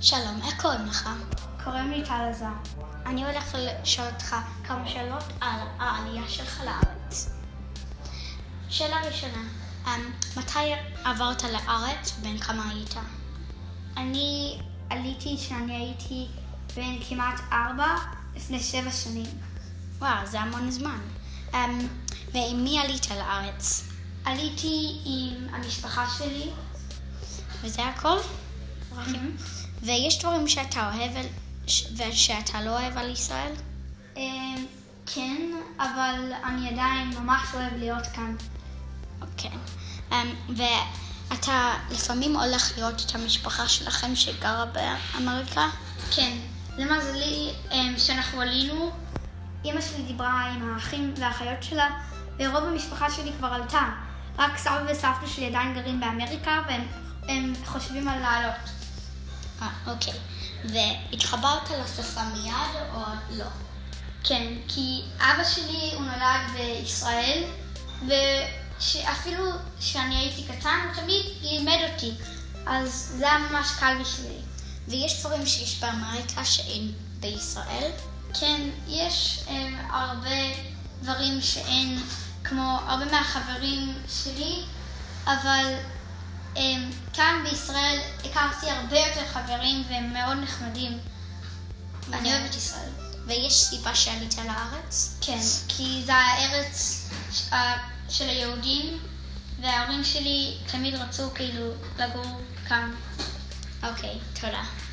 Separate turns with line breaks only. שלום, איך קוראים לך?
קוראים לי טל עזר.
אני הולך לשאול אותך כמה שאלות על העלייה שלך לארץ. שאלה ראשונה, אמ, מתי עברת לארץ ובן כמה היית?
אני עליתי כשאני הייתי בן כמעט ארבע לפני שבע שנים.
וואו, זה המון זמן. אמ, ועם מי עלית לארץ?
עליתי עם המשפחה שלי.
וזה הכל? ויש דברים שאתה אוהב על- ש- ושאתה לא אוהב על ישראל?
אמ, כן, אבל אני עדיין ממש אוהב להיות כאן.
אוקיי. אמ, ואתה לפעמים הולך לראות את המשפחה שלכם שגרה באמריקה?
כן, למזלי אמ, שאנחנו עלינו, אימא שלי דיברה עם האחים והאחיות שלה, ורוב המשפחה שלי כבר עלתה. רק סבא וסבתא שלי עדיין גרים באמריקה, והם הם חושבים על לעלות.
אה, אוקיי. והתחברת לשפה מיד או לא?
כן, כי אבא שלי הוא נולד בישראל, ואפילו כשאני הייתי קטן, הוא תמיד לימד אותי. אז זה היה ממש קל בשבילי.
ויש דברים שיש באמריקה שאין בישראל?
כן, יש הם, הרבה דברים שאין, כמו הרבה מהחברים שלי, אבל הם, כאן בישראל הכרתי הרבה יותר חברים והם מאוד נחמדים. אני אוהבת ישראל.
ויש סיבה שעלית לארץ?
כן, כי זה הארץ ש- ה- של היהודים, וההורים שלי תמיד רצו כאילו לגור כאן.
אוקיי, תודה.